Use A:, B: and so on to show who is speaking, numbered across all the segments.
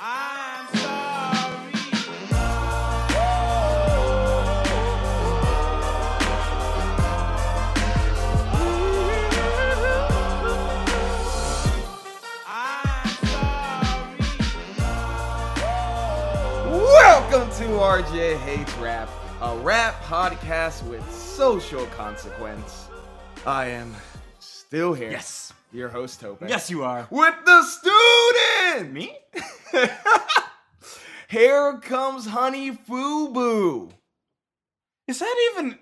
A: I'm sorry. Welcome to RJ Hates Rap, a rap podcast with social consequence. I am still here.
B: Yes.
A: Your host, Tope.
B: Yes, you are.
A: With the student!
B: Me?
A: Here comes Honey Fubu.
B: Is that even?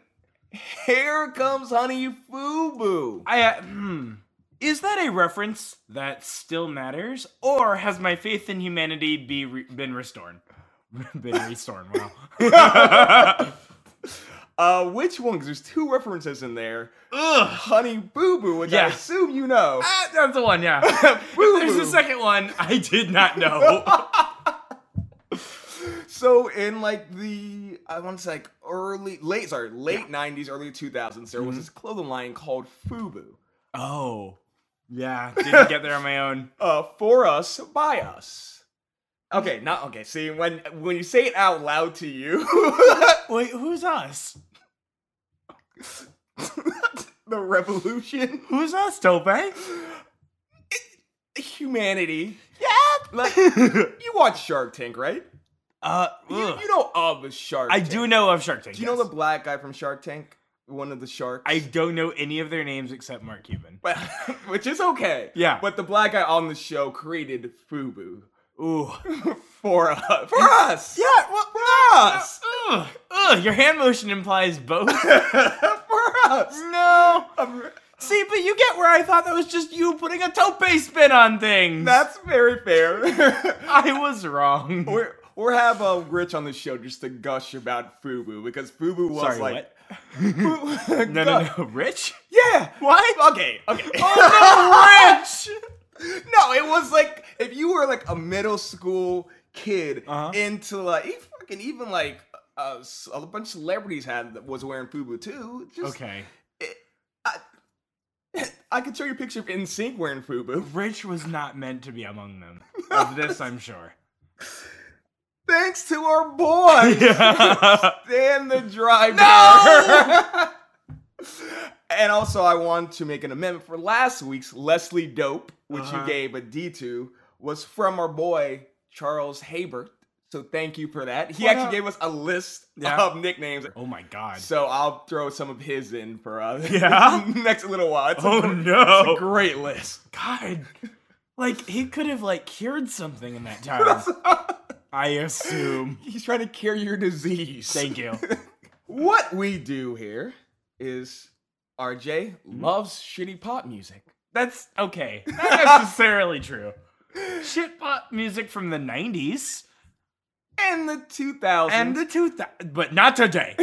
A: Here comes Honey Fubu.
B: I. Uh, hmm. Is that a reference that still matters, or has my faith in humanity be re- been restored? been restored. Wow.
A: Uh, which one? Because there's two references in there. Honey Boo Boo, which I
B: Yeah.
A: assume you know.
B: Ah, that's the one. Yeah. If There's
A: Boo-boo.
B: the second one. I did not know.
A: So in like the I want to say like early, late, sorry, late '90s, early 2000s, there was this clothing line called Fubu.
B: oh. Yeah. Didn't get there on my own.
A: uh, for us by us. Okay, not okay. See, when when you say it out loud to you,
B: Wait, who's us?
A: the revolution,
B: Who's us, Tope? Yeah.
A: humanity. Like you watch Shark Tank, right?
B: uh.
A: You,
B: ugh.
A: you know of the Shark.
B: I
A: Tank.
B: do know of Shark Tank.
A: Do you know the
B: yes.
A: black guy from Shark Tank? One of the sharks.
B: I don't know any of their names except Mark Cuban.
A: But- which is okay.
B: Yeah.
A: But the black guy on the show created Fubu
B: Ooh.
A: for us. For us.
B: Yeah,
A: Well, for us.
B: Ugh, ugh, your hand motion implies both.
A: for us.
B: no.
A: I'm-
B: See, but you get where I thought that was just you putting a tope spin on things.
A: That's very fair.
B: I was wrong.
A: or or have uh, Rich on the show just to gush about Fubu because Fubu was
B: Sorry,
A: like
B: what?
A: Fubu,
B: No, no, no. Rich?
A: yeah
B: What?
A: okay okay
B: Oh, no, Rich!
A: no it was like if you were like a middle school kid
B: Uh-huh.
A: into like even, fucking even like uh, s- a bunch of celebrities had that was wearing Fubu too just
B: Okay.
A: I could show you a picture of NSYNC wearing Fubu
B: Rich was not meant to be among them. Of this, I'm sure.
A: thanks to our boy Dan the driver.
B: No!
A: and also, I want to make an amendment for last week's Leslie Dope, which
B: Uh-huh.
A: you gave a D to, was from our boy Charles Habert. So thank you for that. He
B: What
A: actually
B: up?
A: gave us a list
B: Yeah.
A: of nicknames.
B: Oh my god.
A: So I'll throw some of his in for uh,
B: Yeah?
A: next little while. It's a
B: Oh
A: gr-
B: no.
A: It's a great list.
B: God. Like, he could have, like, cured something in that time. I assume.
A: He's trying to cure your disease.
B: Thank you.
A: What we do here is RJ loves shitty pop music.
B: That's okay. Not necessarily true. Shit pop music from the 90s
A: and the 2000s.
B: and the 2000s, but not today.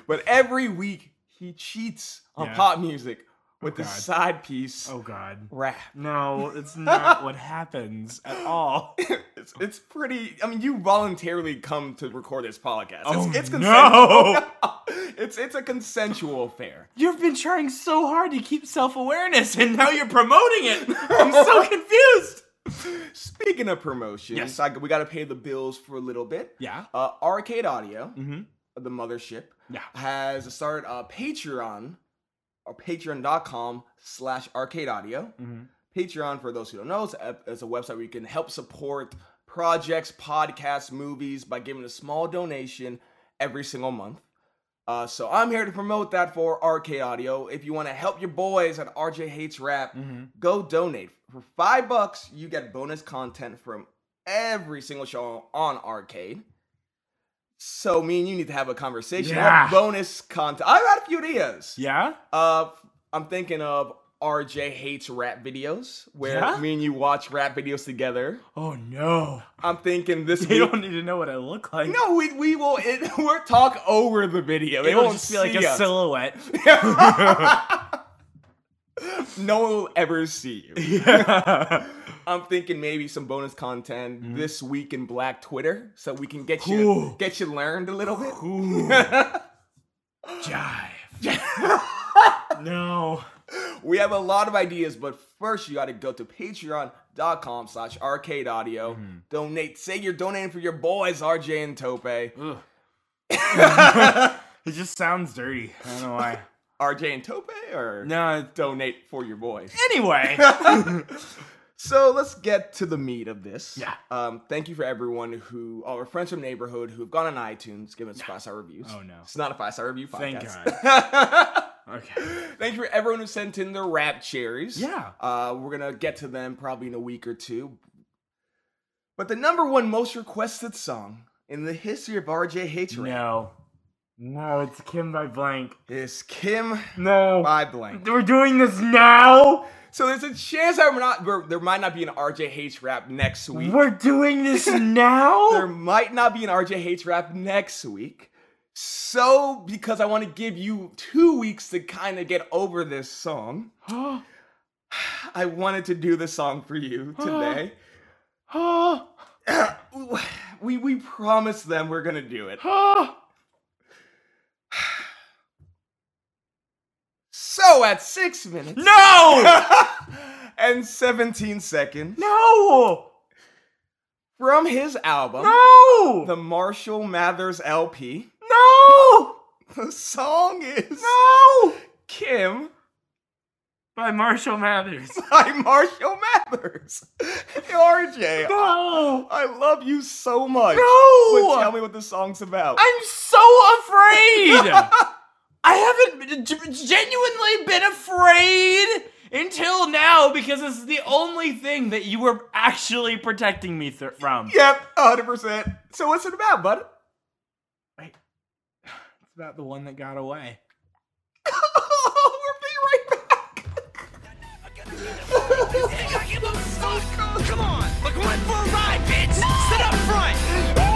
A: but every week he cheats on
B: Yeah. Oh
A: pop music with the
B: God.
A: side piece
B: Oh god.
A: rap.
B: No, it's not what happens at all.
A: It's, it's pretty. I mean, you voluntarily come to record this podcast.
B: Oh,
A: it's, it's
B: no.
A: consensual. it's it's a consensual affair.
B: You've been trying so hard to keep self-awareness and now you're promoting it. I'm so confused.
A: Speaking of promotions,
B: Yes.
A: I, we got to pay the bills for a little bit.
B: Yeah.
A: Uh, Arcade Audio,
B: Mhm.
A: the mothership,
B: Yeah.
A: has started a Patreon or patreon.com slash arcade audio.
B: Mhm.
A: Patreon, for those who don't know, is a, is a website where you can help support projects, podcasts, movies by giving a small donation every single month. Uh, so I'm here to promote that for Arcade Audio. If you want to help your boys at RJ Hates Rap,
B: Mhm.
A: go donate. For five bucks, you get bonus content from every single show on Arcade. So me and you need to have a conversation. about
B: Yeah.
A: bonus content. I've had a few ideas.
B: Yeah?
A: Uh, I'm thinking of RJ hates rap videos, where
B: Yeah?
A: me and you watch rap videos together.
B: Oh no.
A: I'm thinking this
B: They
A: week.
B: don't need to know what I look like.
A: No, we we will. It, we'll talk over the video. They
B: It will
A: won't
B: just be like
A: see
B: a
A: us.
B: silhouette.
A: No one will ever see you.
B: Yeah.
A: I'm thinking maybe some bonus content
B: Mm-hmm.
A: this week in Black Twitter, so we can get you
B: Cool.
A: get you learned a little bit.
B: Ooh. Jive. no.
A: We have a lot of ideas, but first you got to go to patreon.com slash arcade audio.
B: Mm-hmm.
A: Donate. Say you're donating for your boys, RJ and Tope.
B: Ugh. it just sounds dirty. I don't know why.
A: RJ and Tope or
B: No. it-
A: donate for your boys.
B: Anyway.
A: So let's get to the meat of this.
B: Yeah.
A: Um, thank you for everyone who, all our friends from neighborhood who've gone on iTunes, given us five star reviews.
B: Oh, no.
A: It's not a five star review
B: Thank
A: podcast.
B: God.
A: God.
B: Okay.
A: Thank you for everyone who sent in their rap cherries.
B: Yeah.
A: Uh, we're going to get to them probably in a week or two. But the number one most requested song in the history of RJ Hates Rap
B: No. No, it's Kim by Blank.
A: is Kim
B: No.
A: by Blank.
B: We're doing this now.
A: So there's a chance that we're not, we're, there might not be an RJ Hates Rap next week.
B: We're doing this now.
A: There might not be an RJ Hates Rap next week. So, because I want to give you two weeks to kind of get over this song,
B: oh,
A: I wanted to do the song for you today.
B: oh,
A: we we promised them we're gonna do it.
B: oh.
A: So at six minutes
B: No!
A: and 17 seconds
B: no!
A: from his album,
B: No!
A: the Marshall Mathers LP,
B: no!
A: the song is
B: No!
A: Kim
B: By Marshall Mathers.
A: by Marshall Mathers. RJ,
B: No!
A: I love you so much. But tell
B: No!
A: me what the song's about.
B: I'm so afraid! I haven't been- g- genuinely been afraid until now because it's the only thing that you were actually protecting me th- from.
A: yep, 100%. So what's it about, bud?
B: It's about the one that got away.
A: we'll be right back.
C: You think I give a fuck? Come on, like went for a ride, bitch. Sit up front.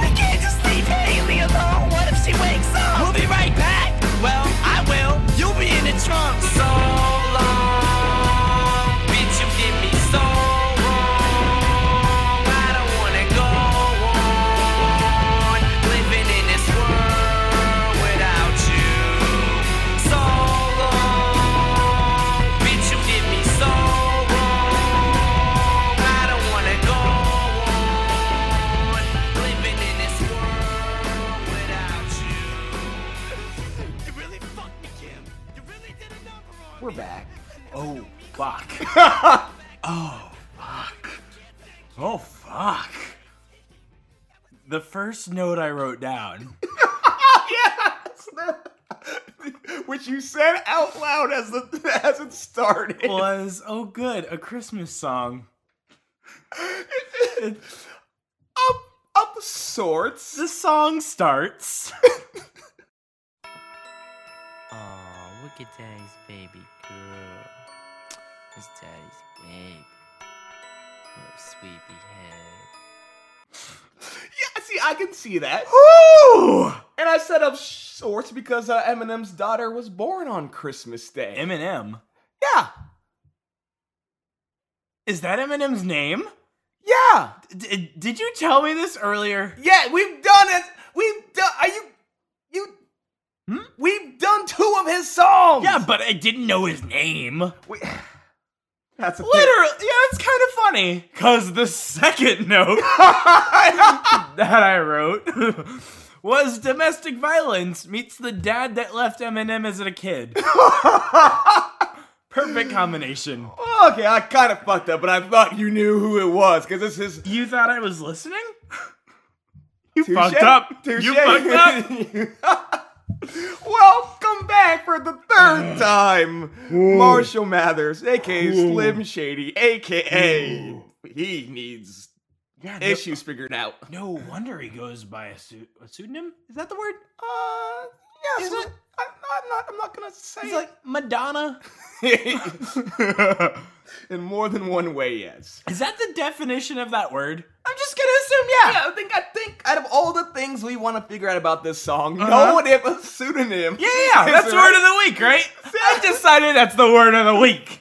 C: We can't just leave Haley alone. What if she wakes up? We'll be right back. Well, I will. You'll be in the trunk. So long, bitch. You did me so wrong. I don't wanna go on living in this world without you. So long, bitch. You did me so wrong. I don't wanna go on living in this world without you. You really fucked me, Kim. You really did a number on me.
A: We're back.
B: Oh, fuck. oh, fuck. Oh, fuck. The first note I wrote down.
A: Which you said out loud as the as it started.
B: was oh good a christmas song
A: Up up sorts.
B: the song starts
C: Oh, look at daddy's baby girl. It's daddy's baby. Oh, sweetie head.
A: Yeah, see, I can see that.
B: Ooh!
A: And I said up sorts because uh, Eminem's daughter was born on Christmas Day.
B: eminem
A: yeah,
B: is that eminem's name
A: yeah,
B: D- did you tell me this earlier
A: yeah. We've done it. We've done. Are you? You?
B: Hmm?
A: We've done two of his songs.
B: yeah but i didn't know his name
A: We, that's a pity.
B: literally yeah it's kind of funny because the second note that i wrote was domestic violence meets the dad that left eminem as a kid perfect combination
A: okay, I kind of fucked up, but I thought you knew who it was because this is
B: You thought I was listening? You
A: Touche.
B: fucked up. You
A: Touche.
B: fucked up.
A: Welcome back for the third time, Marshall Mathers, aka Slim Shady, aka he needs
B: Yeah, no,
A: issues figured out.
B: no wonder he goes by a, su- a pseudonym. Is that the word?
A: Uh, Yeah,
B: Is
A: so
B: it-
A: I, I'm not. I'm not gonna say.
B: It's like Madonna.
A: it. in more than one way, yes.
B: Is that the definition of that word?
A: I'm just gonna assume, yeah. I think I think out of all the things we want to figure out about this song, no
B: Uh-huh.
A: one if a pseudonym.
B: Yeah, yeah,
A: is
B: that's
A: right.
B: word of the week, right? I decided that's the word of the week.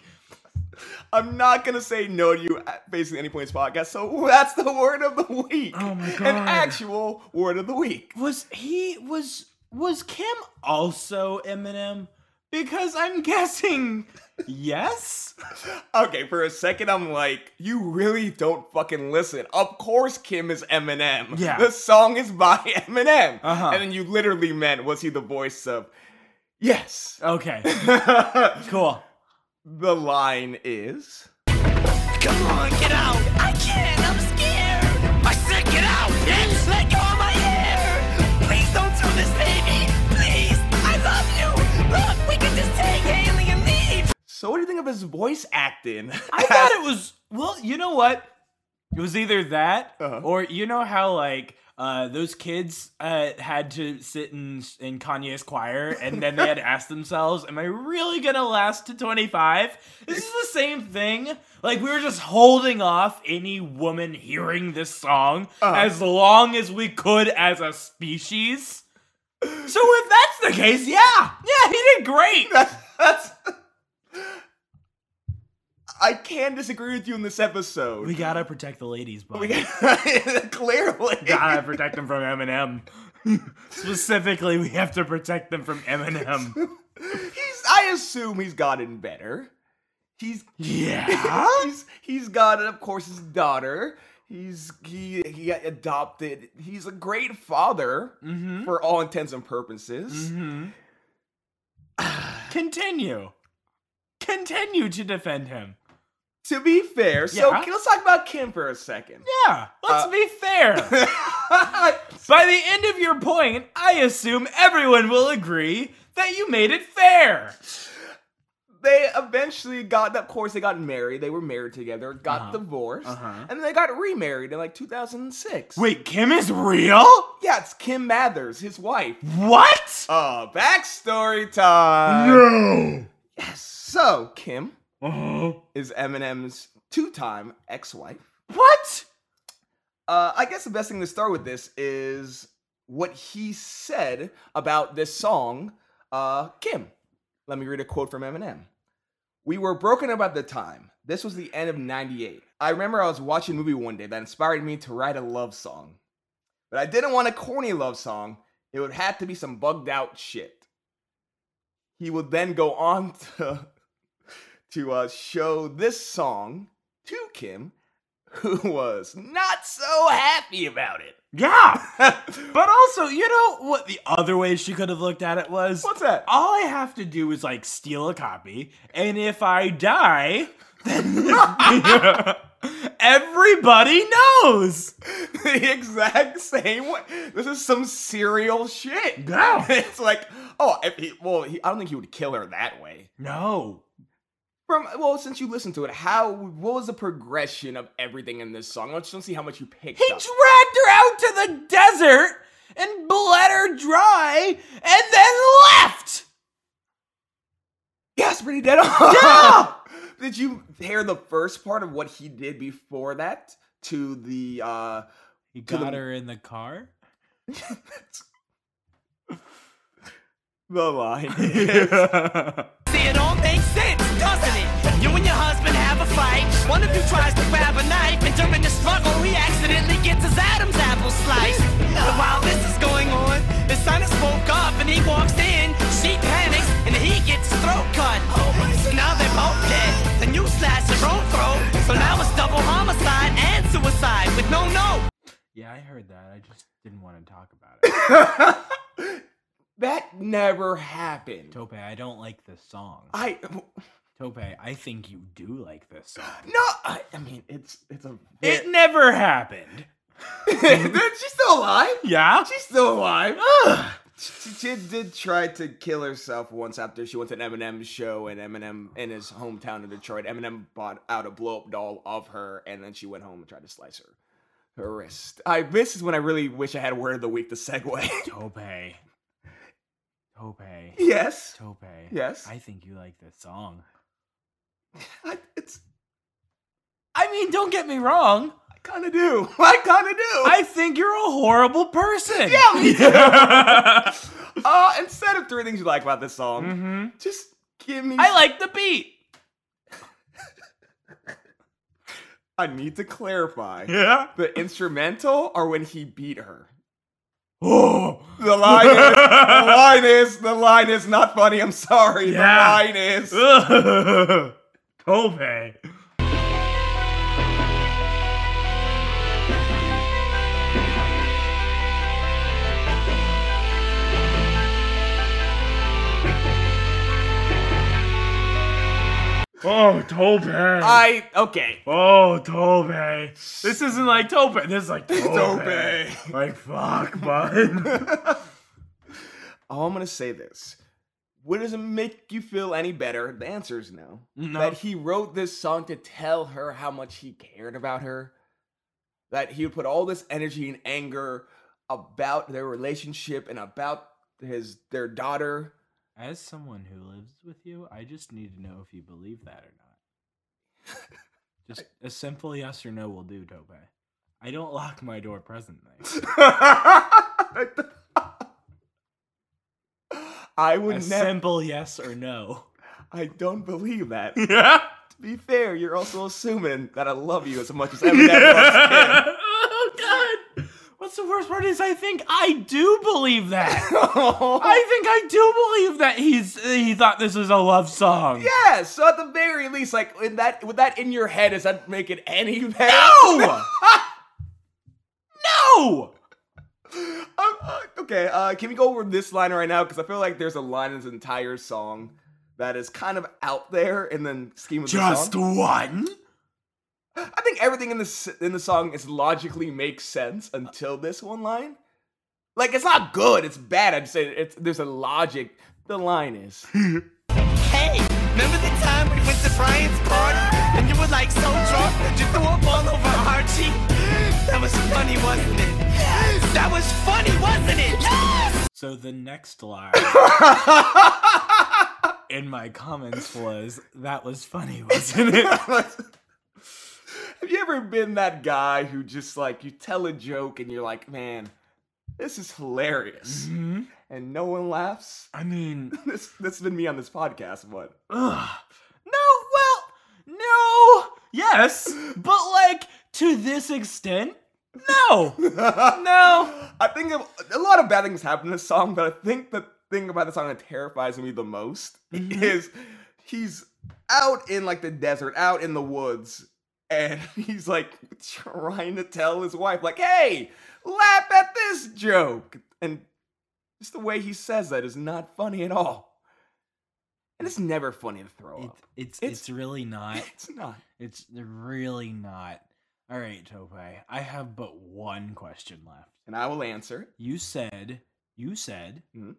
A: I'm not gonna say no to you at basically any points podcast. So that's the word of the week.
B: Oh my
A: An
B: God.
A: actual word of the week.
B: Was he was was Kim also Eminem? Because I'm guessing yes.
A: Okay, for a second I'm like, you really don't fucking listen. Of course Kim is Eminem.
B: Yeah.
A: The song is by Eminem.
B: Uh-huh.
A: And then you literally meant, was he the voice of Yes.
B: Okay,
A: the
B: cool.
A: line is
C: Come on, get out! I can't, I'm scared! I said get out! Yes! Let go of my hair! Please don't do this, baby! Please! I love you! Look, we can just take Haley and leave!
A: So what do you think of his voice acting?
B: I thought it was well, you know what? It was either that
A: Uh-huh.
B: or you know how like uh, those kids uh, had to sit in in Kanye's choir, and then they had to ask themselves, "Am I really gonna last to 25?" This is the same thing. Like we were just holding off any woman hearing this song
A: Uh-huh.
B: as long as we could as a species. So if that's the case, yeah, yeah, he did great.
A: That's I can disagree with you in this episode.
B: We gotta protect the ladies, but
A: We got- clearly.
B: gotta protect them from Eminem. Specifically, we have to protect them from Eminem.
A: He's I assume he's gotten better. He's
B: Yeah.
A: he's he's got of course his daughter. He's he he adopted. He's a great father
B: Mm-hmm.
A: for all intents and purposes.
B: Mm-hmm. Continue. Continue to defend him.
A: To be fair, so
B: Yeah.
A: let's talk about Kim for a second.
B: Yeah. Let's
A: Uh,
B: be fair. By the end of your point, I assume everyone will agree that you made it fair.
A: they eventually got of course they got married they were married together got
B: Uh-huh.
A: divorced
B: Uh-huh.
A: and then they got remarried in like 2006
B: Wait, Kim is real?
A: yeah it's kim mathers his wife
B: What?
A: uh backstory time
B: no.
A: yes so kim
B: Uh-huh.
A: is eminem's two-time ex-wife
B: What?
A: uh i guess the best thing to start with this is what he said about this song uh kim let me read a quote from eminem We were broken up at the time. This was the end of 98. I remember I was watching a movie one day that inspired me to write a love song. But I didn't want a corny love song. It would have to be some bugged out shit. He would then go on to, to uh, show this song to Kim, who was not so happy about it.
B: Yeah. But also, you know what the other way she could have looked at it was?
A: What's that?
B: All I have to do is like steal a copy, and if I die, then everybody knows.
A: the exact same way. This is some serial shit.
B: No.
A: It's like, oh, if he, well, he, I don't think he would kill her that way.
B: No.
A: From well, since you listened to it, how what was the progression of everything in this song? I just don't see how much you picked
B: He
A: up.
B: dragged her out to the desert and bled her dry and then left.
A: yeah, it's pretty dead on.
B: Yeah!
A: Did you hear the first part of what he did before that to the uh
B: He
A: To the-
B: got her in the car?
A: the line?
C: See, it all makes sense, doesn't it? You and your husband have a fight. One of you tries to grab a knife, and during the struggle, he accidentally gets his Adam's apple sliced. But while this is going on, the son has woke up and he walks in. She panics and he gets his throat cut. So now they're both dead, and you slash your own throat. So now it's double homicide and suicide with no no.
B: yeah, I heard that. I just didn't want to talk about it.
A: that never happened.
B: Tope, I don't like this song.
A: I
B: Tope, I think you do like this song.
A: no, I, I mean it's it's a
B: It never happened.
A: she's still alive.
B: Yeah?
A: She's still alive. She, she did try to kill herself once after she went to an Eminem show, and Eminem in his hometown of Detroit, Eminem bought out a blow up doll of her, and then she went home and tried to slice her her wrist. I this is when I really wish I had a word of the week to segue.
B: Tope. Tope.
A: Yes.
B: Tope.
A: Yes.
B: I think you like this song.
A: I, it's
B: I mean, don't get me wrong.
A: I kind of do. I kind of do.
B: I think you're a horrible person.
A: Yeah, me
B: Yeah.
A: uh, instead of three things you like about this song,
B: hmm
A: just give me.
B: I like the beat.
A: I need to clarify.
B: Yeah.
A: The instrumental are when he beat her.
B: Oh.
A: The line, is, the line is, the line is not funny. I'm sorry.
B: Yeah.
A: The line is.
B: Tope. Oh, Tope.
A: I okay.
B: Oh, Tope. This isn't like Tope. This is like Tope.
A: Tope.
B: Like, fuck, bud.
A: Oh, I'm gonna say this. What does it make you feel any better? The answer is no.
B: No.
A: That he wrote this song to tell her how much he cared about her. That he would put all this energy and anger about their relationship and about his their daughter.
B: As someone who lives with you, I just need to know if you believe that or not. Just a simple yes or no will do, Tope. I don't lock my door presently.
A: I
B: A
A: would never.
B: simple yes or no.
A: I don't believe that. to
B: Yeah.
A: be fair, you're also assuming that I love you as much as Eminem loves him.
B: oh God. What's the worst part is I think I do believe that.
A: I
B: I think I do believe that he's he thought this was a love song.
A: yeah. So at the very least, like in that with that in your head, does that make it any better?
B: No. no.
A: Um, uh, okay, uh, can we go over this line right now? Because I feel like there's a line in this entire song that is kind of out there in the scheme of the song.
B: Just one.
A: I think everything in this in the song is logically makes sense until this one line. Like it's not good, it's bad. I'd say it's there's a logic. The line is
C: Hey, remember the time we went to Brian's party and you were like so drunk that you threw up all over Archie? That was funny, wasn't it? That was funny, wasn't it?
B: So the next line in my comments was that was funny, wasn't it?
A: Have you ever been that guy who just like you tell a joke and you're like, man, this is hilarious,
B: hmm
A: and no one laughs?
B: I mean,
A: This that's been me on this podcast, but
B: ugh. no, well, no, yes, but like to this extent, no, no.
A: I think of, a lot of bad things happen in this song, but I think the thing about the song that terrifies me the most
B: Mhm.
A: is he's out in like the desert, out in the woods, and he's like trying to tell his wife, like, "Hey, laugh at this joke," and just the way he says that is not funny at all. And it's never funny to throw
B: It,
A: up.
B: it's,
A: It's-
B: Oh, it's really not.
A: It's not.
B: It's really not. All right, Tope. I have but one question left.
A: And I will answer.
B: You said you said
A: Mhm.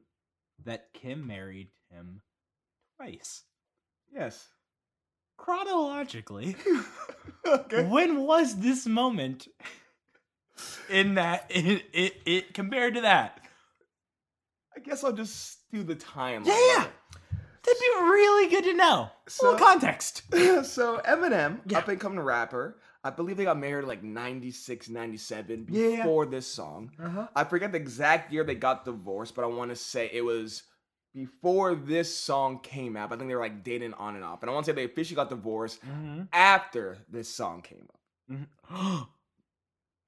B: that Kim married him twice.
A: Yes.
B: Chronologically,
A: okay.
B: when was this moment in that it it, it compared to that?
A: I guess I'll just do the timeline.
B: Yeah, yeah. That'd be really good to know.
A: So-
B: a little context.
A: so Eminem,
B: Yeah.
A: up and coming rapper, I believe they got married like 96, 97
B: Yeah, yeah.
A: before this song.
B: Uh-huh.
A: I forget the exact year they got divorced, but I want to say it was before this song came out. I think they were like dating on and off. And I want to say they officially got divorced
B: Mm-hmm.
A: after this song came out.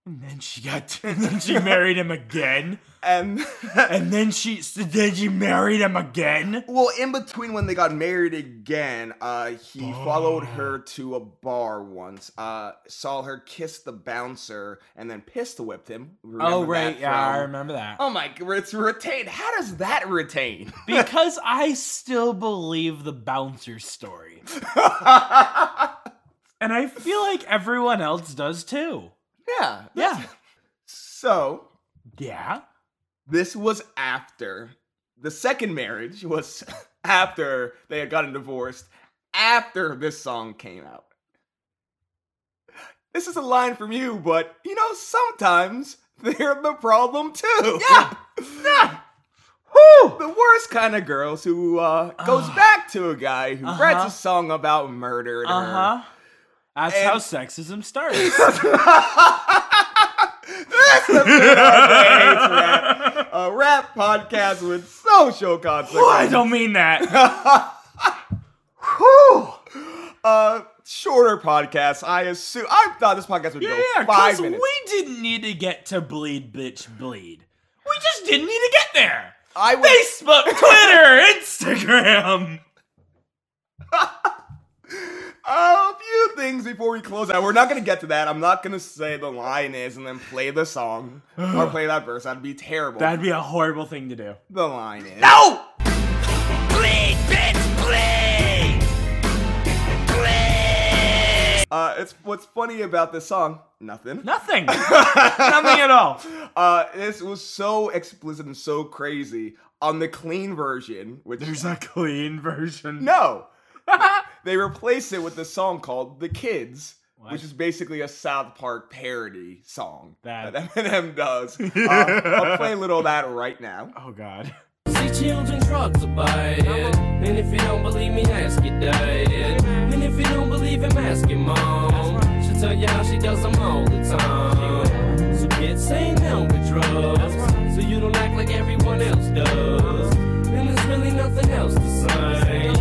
B: and then she got and then she married him again.
A: And
B: And then she so then she married him again.
A: well, in between when they got married again, uh, he followed her to a bar once, uh, saw her kiss the bouncer, and then pistol whipped him.
B: oh
A: Remember that
B: right, yeah, I
A: from-
B: remember that.
A: Oh my god, it's retained. How does that retain?
B: because I still believe the bouncer story.
A: yeah.
B: And I feel like everyone else does too. Yeah.
A: So,
B: Yeah.
A: this was after the second marriage was after they had gotten divorced, after this song came out. This is a line from you, but you know, sometimes they're the problem too.
B: Yeah.
A: the worst kind of girls who uh, goes back to a guy who writes a song about murder. to her.
B: Uh huh. That's how sexism starts.
A: A rap podcast with social
B: I
A: consequences.
B: don't mean that.
A: Uh, shorter podcast. I assume I thought this podcast would
B: Yeah,
A: go
B: yeah,
A: five
B: because
A: minutes.
B: we didn't need to get to bleed, bitch, bleed. We just didn't need to get there.
A: I would.
B: Facebook, Twitter, Instagram.
A: a few things before we close out. We're not gonna get to that. I'm not gonna say the line is and then play the song or play that verse. That'd be terrible.
B: That'd be a horrible thing to do.
A: the line is.
B: No!
C: Bleed, bitch, bleed. Bleed.
A: Uh, it's what's funny about this song. Nothing.
B: Nothing. Nothing at all.
A: Uh, this was so explicit and so crazy on the clean version, which
B: There's a clean version.
A: no. they replace it with a song called "The Kids," which is basically a South Park parody song
B: That-
A: that, Eminem does. Uh, I'll play a little of that right now.
B: Oh god.
D: See children drugs abide. And if you don't believe me, ask your dad. And if you don't believe him, ask your mom. She'll tell you how she does them all the time. So kids say no to drugs. So you don't act like everyone else does. And there's really nothing else to say.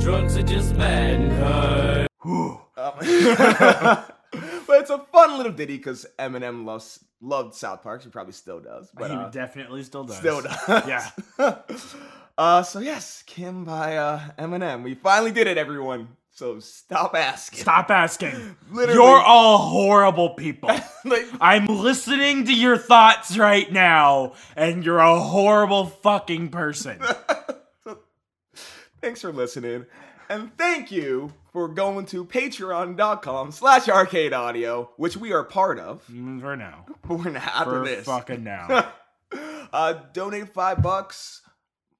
D: Drugs are just bad and hard.
A: But it's a fun little ditty because Eminem loves loved South Park. She probably still does. But
B: he
A: uh,
B: definitely still does.
A: Still does.
B: Yeah.
A: uh, so yes, Kim by uh, Eminem. We finally did it, everyone. So stop asking.
B: Stop asking.
A: Literally.
B: You're all horrible people.
A: Like,
B: I'm listening to your thoughts right now, and you're a horrible fucking person.
A: thanks for listening, and thank you for going to Patreon.com/slash Arcade Audio, which we are part of.
B: Mm, For now.
A: We're not after
B: For
A: this.
B: fucking now.
A: uh, donate five bucks,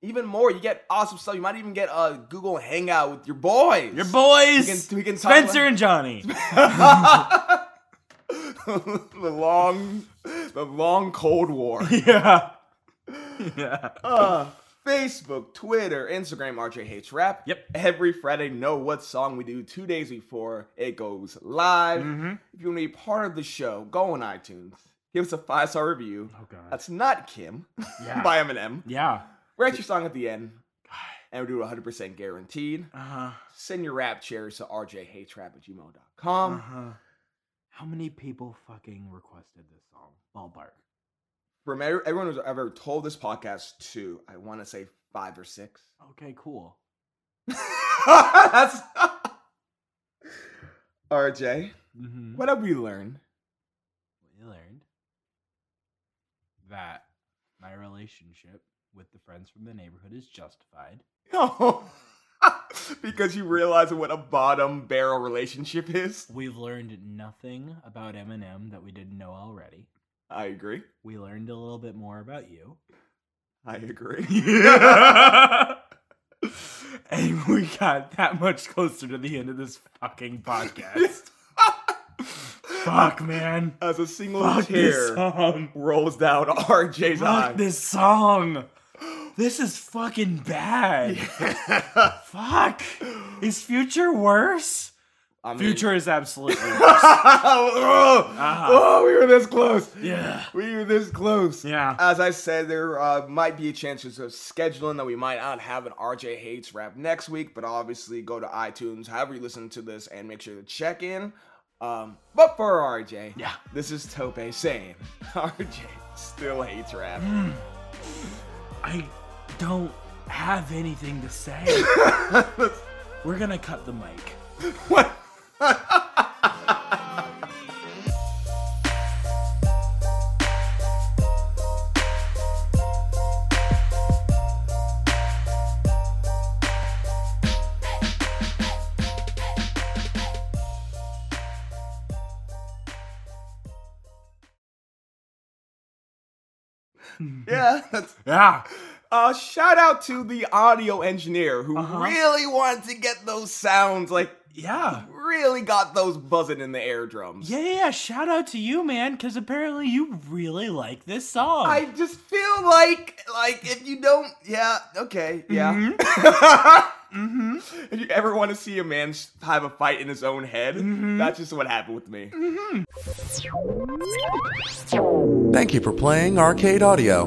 A: even more. You get awesome stuff. You might even get a Google Hangout with your boys.
B: Your
A: We
B: boys,
A: can, we can talk about-
B: Spencer and Johnny.
A: the long, the long Cold War.
B: yeah. Yeah.
A: Uh, Facebook, Twitter, Instagram, RJH Rap.
B: Yep.
A: Every Friday, know what song we do two days before it goes live.
B: Mm-hmm.
A: If you want to be part of the show, go on iTunes. Give us a five star review. Oh
B: God.
A: That's not Kim
B: Yeah.
A: by Eminem.
B: Yeah.
A: Write your song at the end. And we do it 100% guaranteed.
B: Uh-huh.
A: Send your rap chairs to rjhaterap at gmail.com.
B: Uh-huh. How many people fucking requested this song? Ballpark.
A: From every- everyone who's ever told this podcast to, I want to say five or six.
B: Okay, cool.
A: That's RJ.
B: Mm-hmm.
A: What have we learned?
B: We learned that my relationship with the friends from the neighborhood is justified.
A: No. because you realize what a bottom barrel relationship is.
B: We've learned nothing about Eminem that we didn't know already.
A: I agree.
B: We learned a little bit more about you.
A: I agree.
B: and we got that much closer to the end of this fucking podcast. Fuck, man.
A: As a single
B: Fuck this
A: tear
B: song.
A: rolls down RJ's eye.
B: Fuck this song. This is fucking bad. Fuck. Is future worse?
A: I mean-
B: Future Ah. is absolutely worse.
A: oh, oh, we were this close.
B: yeah.
A: We were this close.
B: Yeah.
A: As I said, there uh, might be a chance of scheduling that we might not have an RJ Hates rap next week, but obviously go to iTunes, however you listen to this, and make sure to check in. Um, but for RJ,
B: Yeah.
A: this is Tope saying RJ still hates rap.
B: I don't have anything to say. We're gonna cut the mic.
A: What? yeah, that's
B: Yeah.
A: Uh, shout out to the audio engineer who really wanted to get those sounds, like
B: Yeah.
A: really got those buzzing in the air drums.
B: Yeah, yeah, yeah. Shout out to you, man, because apparently you really like this song.
A: I just feel like, like if you don't, yeah, okay, yeah. If you ever want to see a man s- have a fight in his own head, that's just what happened with me.
E: Thank you for playing Arcade Audio.